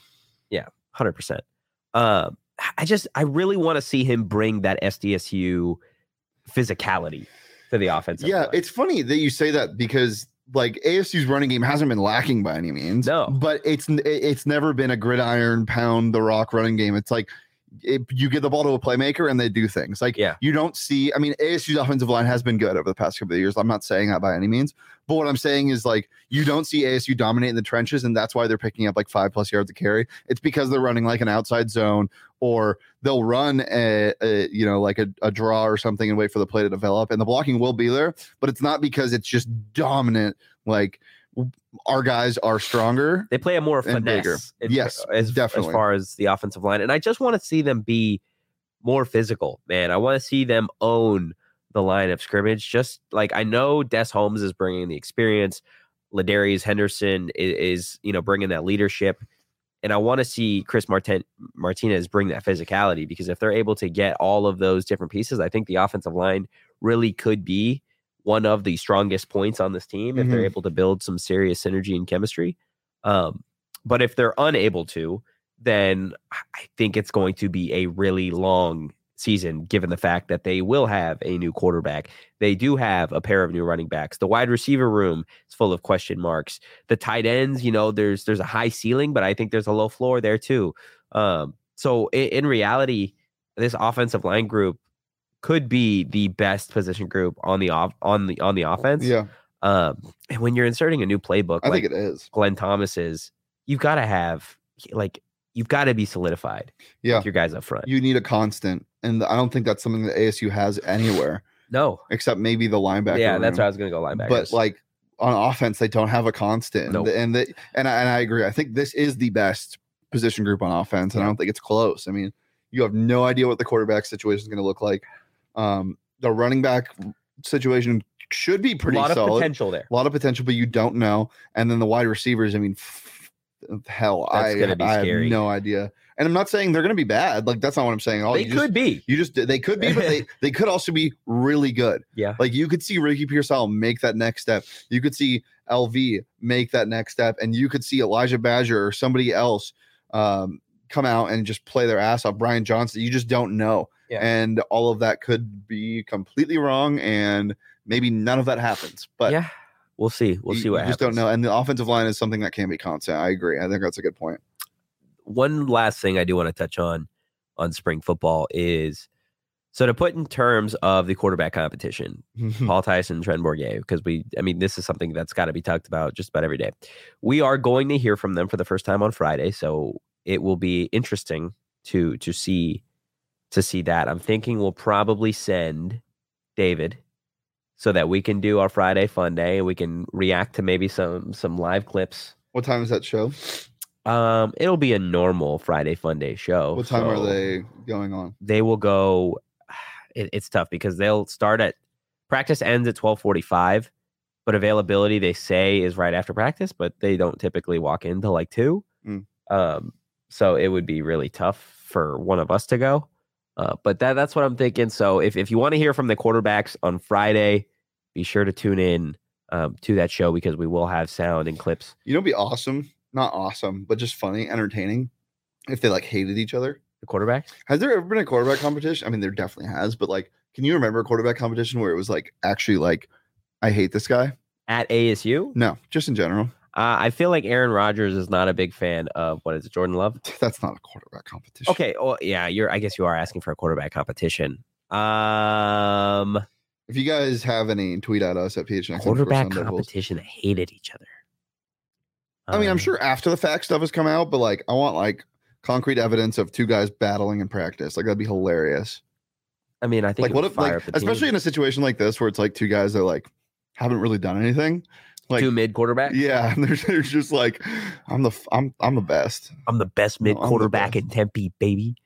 Speaker 1: hundred percent. Um, I just I really want to see him bring that SDSU physicality to the offense.
Speaker 2: Yeah, it's funny that you say that because like ASU's running game hasn't been lacking by any means.
Speaker 1: No.
Speaker 2: but it's n- it- it's never been a gridiron pound the rock running game. It's like it, you get the ball to a playmaker and they do things. Like
Speaker 1: Yeah.
Speaker 2: you don't see. I mean, ASU's offensive line has been good over the past couple of years. I'm not saying that by any means, but what I'm saying is like you don't see ASU dominate in the trenches, and that's why they're picking up like five plus yards of carry. It's because they're running like an outside zone or they'll run a, a you know like a, a draw or something and wait for the play to develop and the blocking will be there but it's not because it's just dominant like w- our guys are stronger
Speaker 1: they play a more
Speaker 2: And bigger.
Speaker 1: finesse. in-
Speaker 2: Yes,
Speaker 1: as,
Speaker 2: definitely.
Speaker 1: as far as the offensive line, and I just want to see them be more physical, man. I want to see them own the line of scrimmage. Just like I know Des Holmes is bringing the experience, Ladarius Henderson is, is you know bringing that leadership, and I want to see Chris Martin- Martinez bring that physicality because if they're able to get all of those different pieces, I think the offensive line really could be one of the strongest points on this team if they're
Speaker 2: Mhm.
Speaker 1: able to build some serious synergy and chemistry. Um, but if they're unable to, then I I think it's going to be a really long season, given the fact that they will have a new quarterback. They do have a pair of new running backs. The wide receiver room is full of question marks. The tight ends, you know, there's there's a high ceiling, but I think there's a low floor there too. Um, so in, in reality, this offensive line group could be the best position group on the off on the on the offense.
Speaker 2: yeah
Speaker 1: Um, and when you're inserting a new playbook,
Speaker 2: i
Speaker 1: like,
Speaker 2: think it is
Speaker 1: Glenn Thomas is, you've got to have like you've got to be solidified.
Speaker 2: Yeah.
Speaker 1: with your guys up front.
Speaker 2: you need a constant and i don't think that's something that asu has anywhere
Speaker 1: no,
Speaker 2: except maybe the linebacker
Speaker 1: yeah, that's
Speaker 2: room.
Speaker 1: why I was gonna go linebackers.
Speaker 2: but like on offense they don't have a constant
Speaker 1: Nope.
Speaker 2: and they, and I, and I agree i think this is the best position group on offense and i don't think it's close i mean you have no idea what the quarterback situation is going to look like um the running back situation should be pretty
Speaker 1: a lot
Speaker 2: solid
Speaker 1: of potential there.
Speaker 2: a lot of potential but you don't know and then the wide receivers i mean f- hell
Speaker 1: That's
Speaker 2: i,
Speaker 1: gonna be
Speaker 2: I
Speaker 1: scary.
Speaker 2: have no idea and i'm not saying they're going to be bad like that's not what i'm saying at all
Speaker 1: they
Speaker 2: You
Speaker 1: could
Speaker 2: just-
Speaker 1: be.
Speaker 2: you just they could be, but they they could also be really good.
Speaker 1: Yeah.
Speaker 2: Like you could see Ricky Pearsall make that next step. You could see LV make that next step, and you could see Elijah Badger or somebody else um, come out and just play their ass off. Brian Johnson, you just don't know,
Speaker 1: Yeah.
Speaker 2: and all of that could be completely wrong, and maybe none of that happens. But
Speaker 1: yeah, we'll see. We'll
Speaker 2: you-
Speaker 1: see what
Speaker 2: you
Speaker 1: happens.
Speaker 2: just don't know. And the offensive line is something that can be constant. I agree. I think that's a good point.
Speaker 1: one last thing I do want to touch on on spring football is so to put in terms of the quarterback competition,
Speaker 2: Hmm.
Speaker 1: Paul Tyson, Trent Bourget, because we, I mean, this is something that's got to be talked about just about every day. We are going to hear from them for the first time on Friday, so it will be interesting to to see to see that. I'm thinking we'll probably send David so that we can do our Friday fun day and we can react to maybe some some live clips.
Speaker 2: what time is that show?
Speaker 1: Um, it'll be a normal Friday fun day show.
Speaker 2: What time are
Speaker 1: Oh, so-
Speaker 2: they going on?
Speaker 1: they will go it, it's tough because they'll start at practice ends at 12:45 but availability they say is right after practice but they don't typically walk in till like 2
Speaker 2: Mm.
Speaker 1: um so it would be really tough for one of us to go uh, but that that's what I'm thinking so if if you want to hear from the quarterbacks on Friday be sure to tune in um, to that show because we will have sound and clips
Speaker 2: You know, what'd be awesome, not awesome, but just funny, entertaining. If they like hated each other,
Speaker 1: the quarterbacks
Speaker 2: has there ever been a quarterback competition? I mean, there definitely has, but like, can you remember a quarterback competition where it was like actually like, I hate this guy?
Speaker 1: at ASU
Speaker 2: No, just in general.
Speaker 1: Uh, I feel like Aaron Rodgers is not a big fan of what is it, Jordan Love?
Speaker 2: That's not a quarterback competition.
Speaker 1: Okay. Well, yeah, you're. I guess you are asking for a quarterback competition. Um,
Speaker 2: If you guys have any, tweet at us at PHNX.
Speaker 1: quarterback competition that hated each other.
Speaker 2: I mean, I'm
Speaker 1: Um,
Speaker 2: sure after the fact stuff has come out, but like, I want like concrete evidence of two guys battling in practice. Like, that'd be hilarious.
Speaker 1: I mean, I think
Speaker 2: Like,
Speaker 1: it
Speaker 2: what
Speaker 1: would
Speaker 2: if,
Speaker 1: fire
Speaker 2: like,
Speaker 1: up the team.
Speaker 2: especially in a situation like this where it's like two guys that like haven't really done anything. Like,
Speaker 1: two mid quarterbacks.
Speaker 2: yeah, and they're, they're just like, I'm the, f- I'm, I'm the best.
Speaker 1: I'm the best
Speaker 2: No,
Speaker 1: mid
Speaker 2: I'm the
Speaker 1: quarterback
Speaker 2: best.
Speaker 1: in Tempe, baby.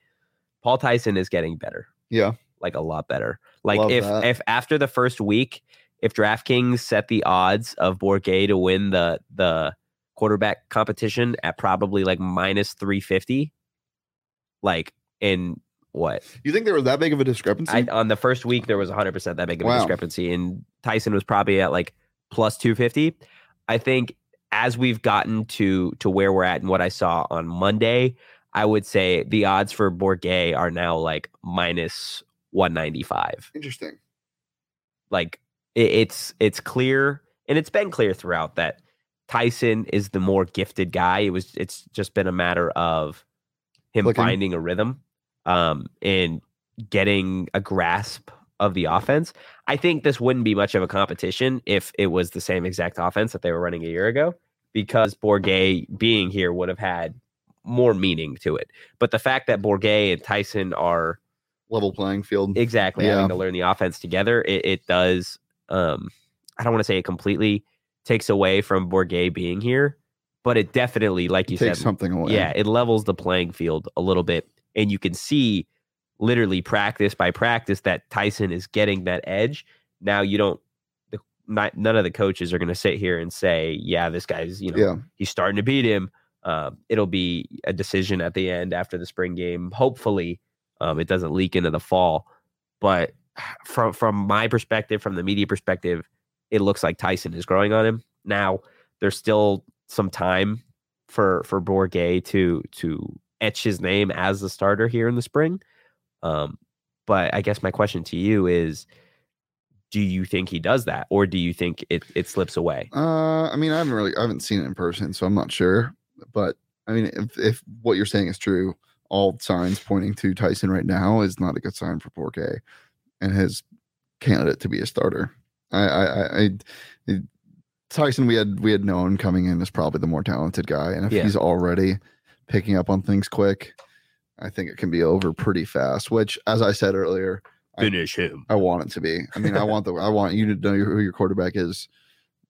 Speaker 1: Paul Tyson is getting better,
Speaker 2: Yeah.
Speaker 1: like a lot better. Like
Speaker 2: Love
Speaker 1: if
Speaker 2: that.
Speaker 1: if after the first week, if DraftKings set the odds of Borgay to win the the quarterback competition at probably like minus three fifty, like in what
Speaker 2: You think there was that big of a discrepancy?
Speaker 1: I, on the first week there was hundred percent that big of a
Speaker 2: Wow.
Speaker 1: discrepancy, and Tyson was probably at like plus two fifty. I think as we've gotten to to where we're at and what I saw on Monday, I would say the odds for Bourget are now like minus one ninety five.
Speaker 2: Interesting.
Speaker 1: Like it, it's it's clear, and it's been clear throughout that Tyson is the more gifted guy. It was it's just been a matter of him
Speaker 2: Clicking.
Speaker 1: finding a rhythm um, and getting a grasp of the offense. I think this wouldn't be much of a competition if it was the same exact offense that they were running a year ago, because Bourget being here would have had more meaning to it. But the fact that Bourget and Tyson are
Speaker 2: Level playing field.
Speaker 1: exactly
Speaker 2: Yeah.
Speaker 1: having to learn the offense together, it, it does. Um, I don't want to say it completely takes away from Bourget being here, but it definitely, like you
Speaker 2: Take
Speaker 1: said,
Speaker 2: something away.
Speaker 1: yeah, it levels the playing field a little bit. And you can see literally practice by practice that Tyson is getting that edge. Now you don't the not none of the coaches are gonna sit here and say, Yeah, this guy's, you know,
Speaker 2: Yeah.
Speaker 1: he's starting to beat him. Um, it'll be a decision at the end after the spring game. Hopefully, um, it doesn't leak into the fall. But from from my perspective, from the media perspective, it looks like Tyson is growing on him. Now there's still some time for for Borgay to to etch his name as the starter here in the spring. Um, but I guess my question to you is, do you think he does that, or do you think it it slips away?
Speaker 2: Uh, I mean, I haven't really, I haven't seen it in person, so I'm not sure. But I mean, if, if what you're saying is true, all signs pointing to Tyson right now is not a good sign for 4K and his candidate to be a starter. I, I, I, I it- Tyson, we had we had known coming in is probably the more talented guy, and if
Speaker 1: Yeah.
Speaker 2: he's already picking up on things quick, I think it can be over pretty fast. Which, as I said earlier, I-
Speaker 1: Finish him.
Speaker 2: I want it to be. I mean, I want the I want you to know who your quarterback is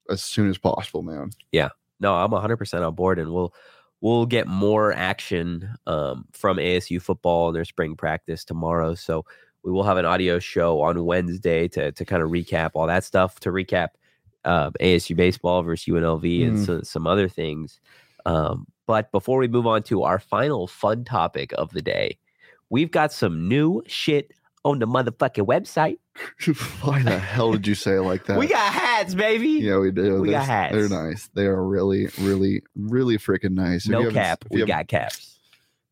Speaker 2: as soon as possible, man.
Speaker 1: no, I'm 100% on board, and we'll we'll get more action um, from ASU football in their spring practice tomorrow. So we will have an audio show on Wednesday to to kind of recap all that stuff, to recap uh, ASU baseball versus UNLV and
Speaker 2: Mm.
Speaker 1: so, some other things. Um, but before we move on to our final fun topic of the day, we've got some new shit on the motherfucking website.
Speaker 2: Why the hell did you say it like that?
Speaker 1: We got hats, baby.
Speaker 2: yeah, we do.
Speaker 1: we got
Speaker 2: This- They're
Speaker 1: hats.
Speaker 2: nice. They are really, really, really freaking nice. If you
Speaker 1: no
Speaker 2: haven't s-
Speaker 1: cap.
Speaker 2: if you
Speaker 1: We
Speaker 2: haven't-
Speaker 1: got caps.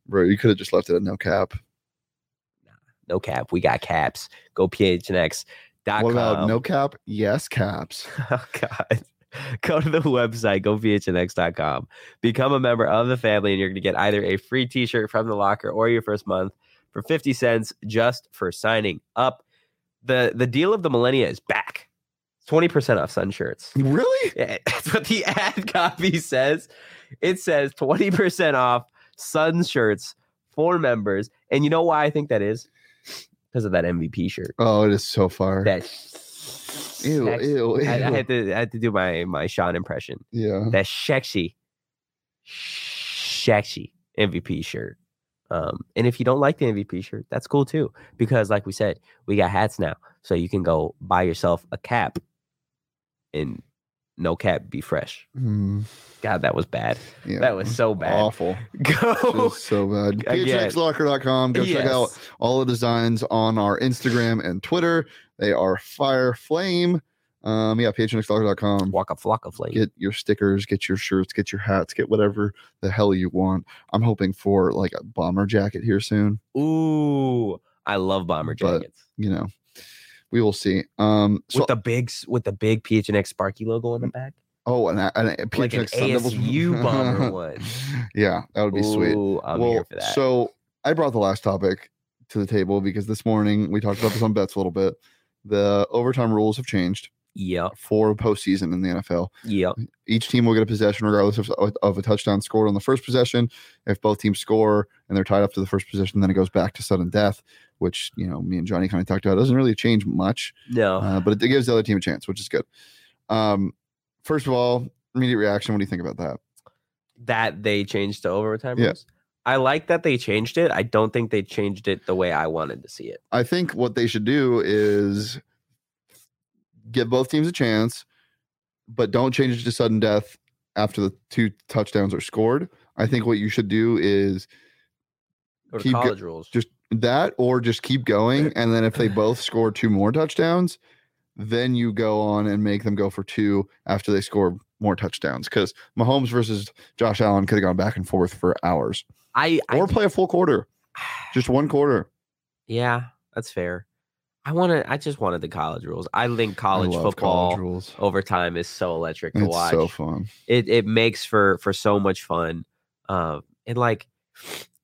Speaker 2: bro. You could have just left it at no cap.
Speaker 1: No cap. We got caps. Go phnx.com.
Speaker 2: what about no cap? Yes, caps.
Speaker 1: Oh, God. Go to the website, gophnx.com. Become a member of the family, and you're going to get either a free t shirt from the locker or your first month for 50 cents just for signing up. The, the deal of the millennia is back 20% off sun shirts.
Speaker 2: Really?
Speaker 1: Yeah, that's what the ad copy says. It says 20% off sun shirts for members. And you know why I think that is? Because of that MVP shirt.
Speaker 2: Oh, it is so far.
Speaker 1: That
Speaker 2: ew,
Speaker 1: sex-
Speaker 2: ew, ew.
Speaker 1: I, I had to I had to do my my Sean impression.
Speaker 2: yeah.
Speaker 1: That sexy, sexy MVP shirt. Um, and if you don't like the MVP shirt, that's cool too. Because like we said, we got hats now, so you can go buy yourself a cap, and no cap, be fresh.
Speaker 2: Mm,
Speaker 1: God, that was bad.
Speaker 2: yeah.
Speaker 1: That was so bad.
Speaker 2: Awful.
Speaker 1: Go.
Speaker 2: Just so bad.
Speaker 1: Again.
Speaker 2: PHXLocker.com. Go check out
Speaker 1: Yes.
Speaker 2: all the designs on our Instagram and Twitter. They are fire flame. Um, yeah, phnxlocker.com.
Speaker 1: Walk a flock of flame.
Speaker 2: Get your stickers, get your shirts, get your hats, get whatever the hell you want. I'm hoping for like a bomber jacket here soon.
Speaker 1: Ooh, I love bomber
Speaker 2: But-
Speaker 1: jackets
Speaker 2: You know, we will see. Um, so
Speaker 1: with the big s- with the big PHNX Sparky logo on the back.
Speaker 2: Oh, and an, an, PHNX
Speaker 1: Like an
Speaker 2: Sun Devils-
Speaker 1: ASU bomber one.
Speaker 2: yeah, that would be sweet.
Speaker 1: Ooh, I'm here for that.
Speaker 2: So I brought the last topic to the table because this morning we talked about this on bets a little bit. The overtime rules have changed
Speaker 1: yep,
Speaker 2: for postseason in the NFL.
Speaker 1: yep.
Speaker 2: Each team will get a possession regardless of, of a touchdown scored on the first possession. If both teams score and they're tied up to the first possession, then it goes back to sudden death, which you know me and Johnny kind of talked about. It doesn't really change much,
Speaker 1: No,
Speaker 2: uh, but it, it gives the other team a chance, which is good. Um, first of all, immediate reaction. What do you think about that?
Speaker 1: that they changed to overtime
Speaker 2: Yeah.
Speaker 1: rules. I like that they changed it. I don't think they changed it the way I wanted to see it.
Speaker 2: I think what they should do is give both teams a chance, but don't change it to sudden death after the two touchdowns are scored. I think what you should do is
Speaker 1: Or
Speaker 2: Keep go-
Speaker 1: college rules.
Speaker 2: just that or just keep going. And then if they both score two more touchdowns, then you go on and make them go for two after they score more touchdowns. Because Mahomes versus Josh Allen could have gone back and forth for hours
Speaker 1: I, I
Speaker 2: or play a full quarter, just one quarter.
Speaker 1: yeah, that's fair. I wanted. I just wanted the college rules. I think college
Speaker 2: I love
Speaker 1: football
Speaker 2: college rules.
Speaker 1: overtime is so electric to
Speaker 2: It's
Speaker 1: watch.
Speaker 2: so fun.
Speaker 1: it it makes for for so much fun. Um, and like,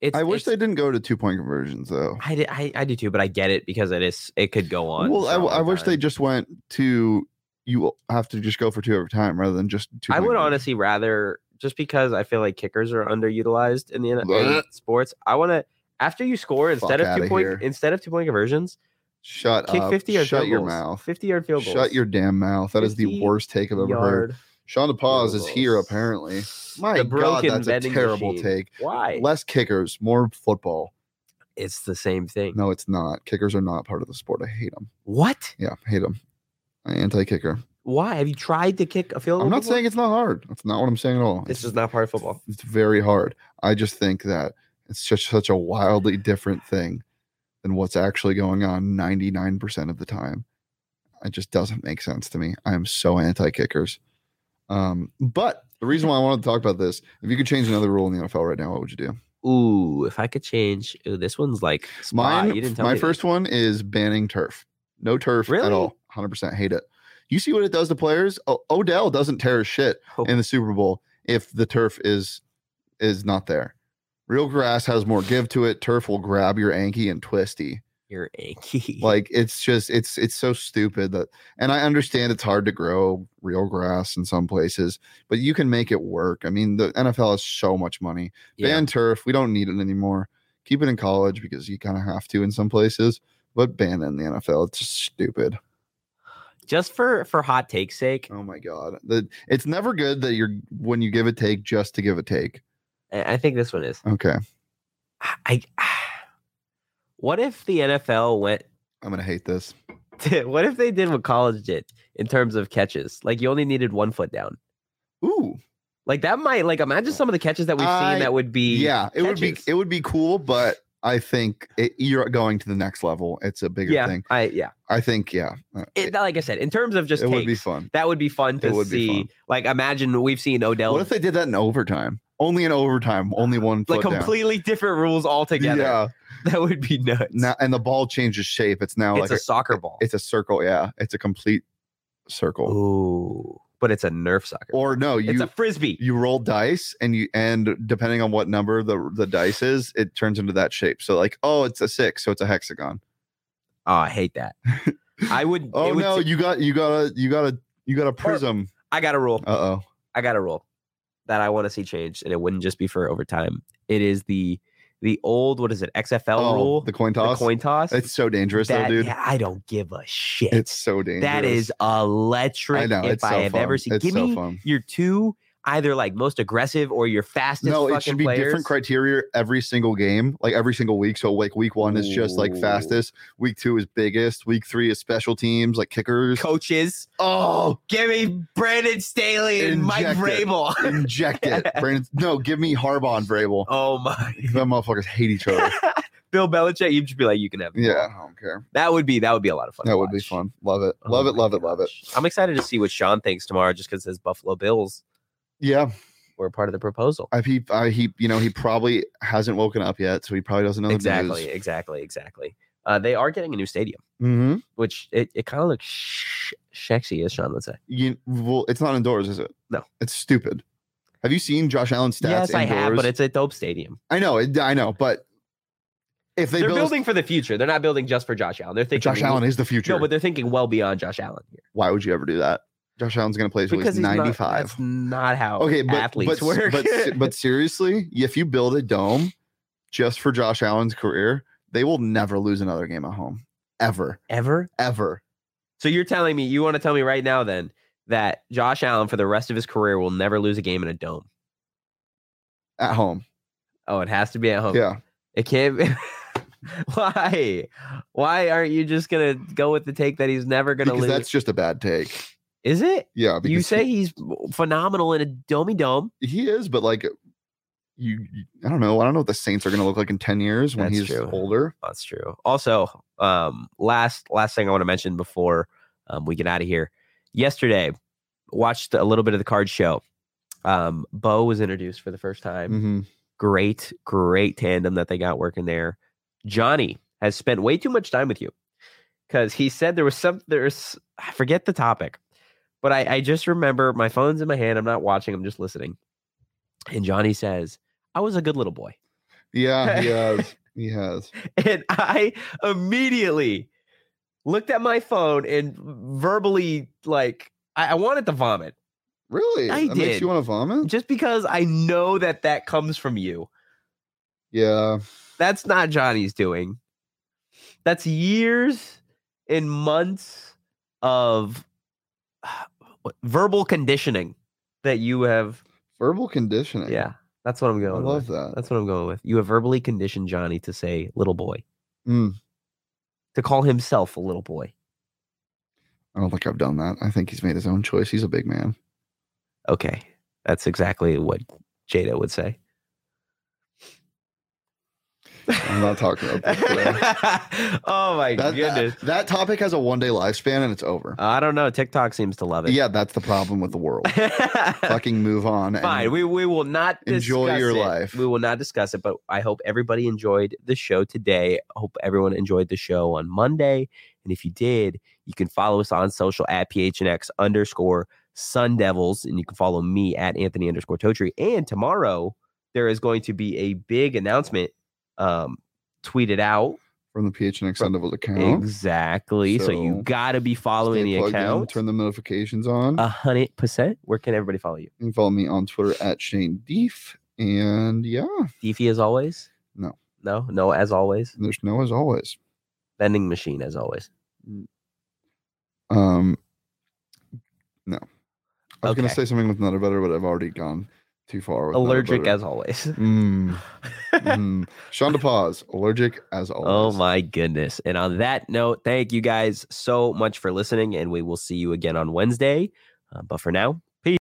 Speaker 1: it's.
Speaker 2: I wish
Speaker 1: it's-
Speaker 2: they didn't go to two point conversions though.
Speaker 1: I, did, I I do too, but I get it because it is it could go on.
Speaker 2: Well,
Speaker 1: for
Speaker 2: I,
Speaker 1: a
Speaker 2: w- I
Speaker 1: long
Speaker 2: wish
Speaker 1: time.
Speaker 2: they just went to you have to just go for two every time rather than just two.
Speaker 1: I would honestly rather just because I feel like kickers are underutilized in the N- in
Speaker 2: Blech.
Speaker 1: sports. I want to after you score instead
Speaker 2: Fuck
Speaker 1: of two
Speaker 2: outta
Speaker 1: point
Speaker 2: here.
Speaker 1: instead of two point conversions,
Speaker 2: shut
Speaker 1: kick
Speaker 2: up.
Speaker 1: fifty yard
Speaker 2: shut
Speaker 1: field
Speaker 2: your
Speaker 1: goals.
Speaker 2: mouth.
Speaker 1: fifty yard field goals.
Speaker 2: Shut your damn mouth. That is the
Speaker 1: 50
Speaker 2: worst take I've ever heard.
Speaker 1: Yard
Speaker 2: Sean DePaz is
Speaker 1: field
Speaker 2: here
Speaker 1: goals.
Speaker 2: apparently.
Speaker 1: The
Speaker 2: My God,
Speaker 1: broken
Speaker 2: that's a
Speaker 1: vending
Speaker 2: terrible
Speaker 1: machine.
Speaker 2: take.
Speaker 1: Why?
Speaker 2: Less kickers, more football.
Speaker 1: It's the same thing.
Speaker 2: No, it's not. Kickers are not part of the sport. I hate them.
Speaker 1: What?
Speaker 2: Yeah, hate them. Anti-kicker.
Speaker 1: Why have you tried to kick a field?
Speaker 2: I'm
Speaker 1: goal
Speaker 2: not
Speaker 1: before?
Speaker 2: saying it's not hard. That's not what I'm saying at all.
Speaker 1: this
Speaker 2: It's
Speaker 1: is not part of football.
Speaker 2: It's very hard. I just think that it's just such a wildly different thing than what's actually going on 99% of the time. It just doesn't make sense to me. I am so anti kickers. Um, but the reason why I wanted to talk about this, if you could change another rule in the NFL right now, what would you do?
Speaker 1: Ooh, if I could change, ooh, this one's like spot.
Speaker 2: Mine,
Speaker 1: you didn't tell
Speaker 2: my
Speaker 1: me
Speaker 2: first one is banning turf. No turf
Speaker 1: Really?
Speaker 2: at all. 100% hate it. You see what it does to players? O- Odell doesn't tear his shit
Speaker 1: Oh,
Speaker 2: in the Super Bowl if the turf is is not there. Real grass has more give to it. Turf will grab your anky and twisty.
Speaker 1: your Yankee.
Speaker 2: Like it's just it's it's so stupid that and I understand it's hard to grow real grass in some places, but you can make it work. I mean, the NFL has so much money.
Speaker 1: Yeah.
Speaker 2: Ban turf. We don't need it anymore. Keep it in college because you kind of have to in some places, but ban it in the NFL. It's just stupid.
Speaker 1: just for for hot take's sake,
Speaker 2: Oh my god. The, it's never good that you're when you give a take just to give a take.
Speaker 1: I I think this one is.
Speaker 2: Okay.
Speaker 1: I, I what if the NFL went
Speaker 2: I'm gonna hate this.
Speaker 1: to, what if they did what college did in terms of catches? Like you only needed one foot down.
Speaker 2: Ooh,
Speaker 1: Like that might like imagine some of the catches that we've
Speaker 2: I-
Speaker 1: seen that would be
Speaker 2: yeah, it would be
Speaker 1: catches.
Speaker 2: it would be cool, but I think it, you're going to the next level. It's a bigger
Speaker 1: yeah
Speaker 2: thing.
Speaker 1: I yeah
Speaker 2: I think, yeah, uh,
Speaker 1: it, like I said in terms of just
Speaker 2: it would be
Speaker 1: takes,
Speaker 2: fun.
Speaker 1: that would be fun to
Speaker 2: It would be
Speaker 1: see
Speaker 2: fun.
Speaker 1: like imagine we've seen Odell
Speaker 2: What if they did that in overtime? Only in overtime, only one
Speaker 1: like
Speaker 2: foot down.
Speaker 1: completely different rules altogether
Speaker 2: Yeah,
Speaker 1: that would be nuts
Speaker 2: now and the ball changes shape. It's now
Speaker 1: it's
Speaker 2: like
Speaker 1: a soccer ball
Speaker 2: a, it's a circle. Yeah, it's a complete circle.
Speaker 1: Ooh, but it's a Nerf soccer.
Speaker 2: Or no,
Speaker 1: it's
Speaker 2: you
Speaker 1: a frisbee.
Speaker 2: you roll dice and you and depending on what number the the dice is, it turns into that shape. So like, oh, it's a six, so it's a hexagon.
Speaker 1: Oh, I hate that. I would.
Speaker 2: Oh
Speaker 1: it would
Speaker 2: no,
Speaker 1: t-
Speaker 2: you got you got a you got a you got a prism.
Speaker 1: I got a rule.
Speaker 2: Uh oh.
Speaker 1: I got a rule that I want to see changed, and it wouldn't just be for overtime. It is the the old what is it XFL rule,
Speaker 2: Oh, the coin
Speaker 1: the
Speaker 2: toss.
Speaker 1: coin toss.
Speaker 2: It's so dangerous,
Speaker 1: that,
Speaker 2: though, dude.
Speaker 1: yeah, I don't give a shit.
Speaker 2: It's so dangerous.
Speaker 1: that is electric.
Speaker 2: I know.
Speaker 1: if
Speaker 2: It's so
Speaker 1: I have
Speaker 2: fun.
Speaker 1: ever seen,
Speaker 2: It's
Speaker 1: give
Speaker 2: so
Speaker 1: me
Speaker 2: fun.
Speaker 1: your two either like most aggressive or your fastest.
Speaker 2: No, it
Speaker 1: fucking
Speaker 2: should be
Speaker 1: players.
Speaker 2: different criteria every single game, like every single week. So, like week one is just like
Speaker 1: Ooh.
Speaker 2: fastest. Week two is biggest. Week three is special teams, like kickers.
Speaker 1: coaches.
Speaker 2: oh,
Speaker 1: Give me Brandon Staley and Mike
Speaker 2: Inject it.
Speaker 1: Vrabel.
Speaker 2: inject it, Brandon. No, give me Harbaugh and Vrabel.
Speaker 1: Oh my.
Speaker 2: Them motherfuckers hate each other.
Speaker 1: Bill Belichick, you'd just be like, you can have. the
Speaker 2: yeah,
Speaker 1: ball.
Speaker 2: I don't care.
Speaker 1: that would be that would be a lot of fun. to
Speaker 2: That would be
Speaker 1: watch.
Speaker 2: fun. Love it.
Speaker 1: Oh
Speaker 2: Love it.
Speaker 1: my
Speaker 2: Love it. Love it.
Speaker 1: gosh. I'm excited to see what Sean thinks tomorrow, just because his Buffalo Bills
Speaker 2: Yeah,
Speaker 1: were part of the proposal.
Speaker 2: I he, I he, you know, he probably hasn't woken up yet, so he probably doesn't know the news.
Speaker 1: Exactly, exactly, exactly. Uh, they are getting a new stadium,
Speaker 2: Mm-hmm.
Speaker 1: which it, it kind of looks sh- sexy, as Sean would say.
Speaker 2: You, well, it's not indoors, is it?
Speaker 1: No.
Speaker 2: it's stupid. Have you seen Josh Allen's stats?
Speaker 1: yes, I have, but
Speaker 2: indoors?
Speaker 1: it's a dope stadium.
Speaker 2: I know, it, I know, but if they
Speaker 1: They are
Speaker 2: build a-
Speaker 1: building for the future. They're not building just for Josh Allen. They're thinking
Speaker 2: Josh Allen is the future.
Speaker 1: No, but they're thinking well beyond Josh Allen here
Speaker 2: why would you ever do that? Josh Allen's going to play until he's
Speaker 1: he's not-
Speaker 2: 95.
Speaker 1: that's not how
Speaker 2: okay, but
Speaker 1: athletes
Speaker 2: but,
Speaker 1: work.
Speaker 2: but se- but seriously, if you build a dome just for Josh Allen's career, they will never lose another game at home ever,
Speaker 1: ever.
Speaker 2: ever.
Speaker 1: So you're telling me you want to tell me right now then that Josh Allen for the rest of his career will never lose a game in a dome.
Speaker 2: At home,
Speaker 1: Oh, it has to be at home.
Speaker 2: yeah.
Speaker 1: It can't be. Why? Why aren't you just gonna go with the take that he's never gonna
Speaker 2: Because
Speaker 1: lose?
Speaker 2: that's just a bad take.
Speaker 1: Is it?
Speaker 2: Yeah, because
Speaker 1: You
Speaker 2: he-
Speaker 1: say he's phenomenal in a domey dome.
Speaker 2: he is, but like you, you- I don't know. I don't know what the Saints are going to look like in ten years when
Speaker 1: That's
Speaker 2: he's
Speaker 1: true.
Speaker 2: older.
Speaker 1: That's true. Also, um, last last thing I want to mention before um, we get out of here. Yesterday, watched a little bit of the card show. Um, Bo was introduced for the first time.
Speaker 2: Mhm.
Speaker 1: Great, great tandem that they got working there. Johnny has spent way too much time with you because he said there was some there's I forget the topic, but I, I just remember my phone's in my hand. I'm not watching. I'm just listening. And Johnny says, "I was a good little boy."
Speaker 2: Yeah, he has. He has.
Speaker 1: and I immediately looked at my phone and verbally like I, I wanted to vomit
Speaker 2: Really,
Speaker 1: I
Speaker 2: that makes
Speaker 1: did.
Speaker 2: you want to vomit.
Speaker 1: just because I know that that comes from you.
Speaker 2: Yeah.
Speaker 1: That's not Johnny's doing. That's years and months of what- verbal conditioning that you have.
Speaker 2: Verbal conditioning.
Speaker 1: Yeah, that's what I'm
Speaker 2: Hmm. I
Speaker 1: going
Speaker 2: love
Speaker 1: with.
Speaker 2: that.
Speaker 1: That's what I'm going with. You have verbally conditioned Johnny to say little boy,
Speaker 2: Mm,
Speaker 1: to call himself a little boy.
Speaker 2: I don't think I've done that. I think he's made his own choice. He's a big man.
Speaker 1: Okay. That's exactly what Jada would say.
Speaker 2: I'm not talking about this today.
Speaker 1: oh my
Speaker 2: That,
Speaker 1: goodness. Oh,
Speaker 2: that, that topic has a one day lifespan and it's over.
Speaker 1: I don't know. TikTok seems to love it.
Speaker 2: yeah, that's the problem with the world. Fucking move on. and-
Speaker 1: Fine. We, we will not
Speaker 2: Enjoy
Speaker 1: discuss
Speaker 2: your
Speaker 1: it.
Speaker 2: life.
Speaker 1: We will not discuss it, but I hope everybody enjoyed the show today. I hope everyone enjoyed the show on Monday. And if you did, you can follow us on social at PHNX underscore Sun Devils. And you can follow me at Anthony underscore Totri. And tomorrow there is going to be a big announcement um, tweeted out.
Speaker 2: from the PHNX Sun Devils account.
Speaker 1: Exactly. So, you
Speaker 2: Uh-huh. So,
Speaker 1: gotta be following
Speaker 2: Stay
Speaker 1: the
Speaker 2: plugged in,
Speaker 1: account.
Speaker 2: turn the notifications on.
Speaker 1: A hundred percent. Where can everybody follow you?
Speaker 2: you can follow me on Twitter at Shane Deef. And yeah,
Speaker 1: Defi as always?
Speaker 2: No.
Speaker 1: No, no, as always.
Speaker 2: there's no as always.
Speaker 1: Vending machine as always.
Speaker 2: Um, no, I was gonna
Speaker 1: Okay.
Speaker 2: say something with another better, but I've already gone too far. With Nutter
Speaker 1: Allergic
Speaker 2: Butter.
Speaker 1: as always.
Speaker 2: Mm. mm. Sean DePaz, allergic as
Speaker 1: oh
Speaker 2: always.
Speaker 1: my goodness. And on that note, thank you guys so much for listening, and we will see you again on Wednesday. Uh, but for now,